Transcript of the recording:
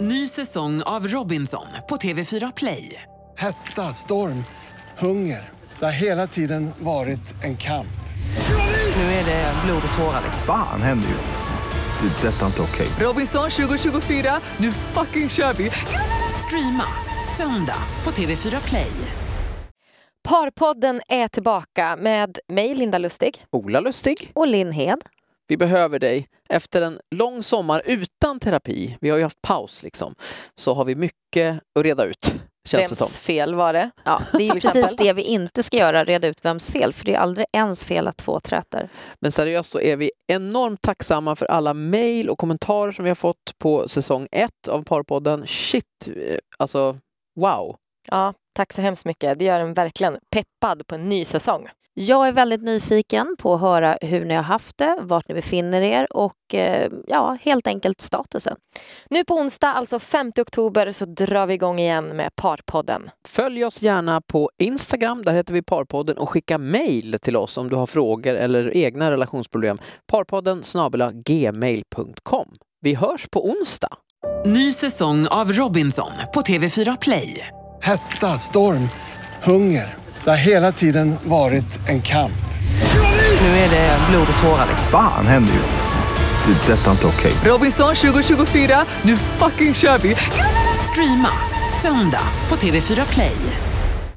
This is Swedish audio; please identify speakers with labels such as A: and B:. A: Ny säsong av Robinson på TV4 Play.
B: Hetta, storm, hunger. Det har hela tiden varit en kamp.
A: Nu är det blod och tårar. liksom.
C: Fan händer just nu. Det. är Detta är inte okej.
A: Robinson 2024, nu fucking kör vi! Streama söndag på TV4 Play.
D: Parpodden är tillbaka med mig, Linda Lustig,
E: Ola Lustig,
D: och Linn Hed.
E: vi behöver dig. Efter en lång sommar utan terapi, vi har ju haft paus liksom, så har vi mycket att reda ut, känns det som.
D: Vems fel var det?
F: Ja, det är ju
D: Till exempel.
F: precis det vi inte ska göra, reda ut vems fel, för det är aldrig ens fel att två träter.
E: Men seriöst så är vi enormt tacksamma för alla mejl och kommentarer som vi har fått på säsong ett av Parpodden. Shit, eh, alltså wow.
D: Ja, tack så hemskt mycket. Det gör en verkligen peppad på en ny säsong.
F: Jag är väldigt nyfiken på att höra hur ni har haft det, vart ni befinner er och eh, ja, helt enkelt statusen.
D: Nu på onsdag, alltså 5 oktober, så drar vi igång igen med Parpodden.
E: Följ oss gärna på Instagram, där heter vi Parpodden och skicka mejl till oss om du har frågor eller egna relationsproblem. Parpodden snabel-a gmail.com. Vi hörs på onsdag.
A: Ny säsong av Robinson på TV4 Play.
B: Hetta, storm, hunger. Det har hela tiden varit en kamp.
A: Nu är det blod och tårar.
C: Fan händer just nu. Det. är Detta är inte okej.
A: Robinson 2024, nu fucking kör vi! Streama söndag på TV4 Play.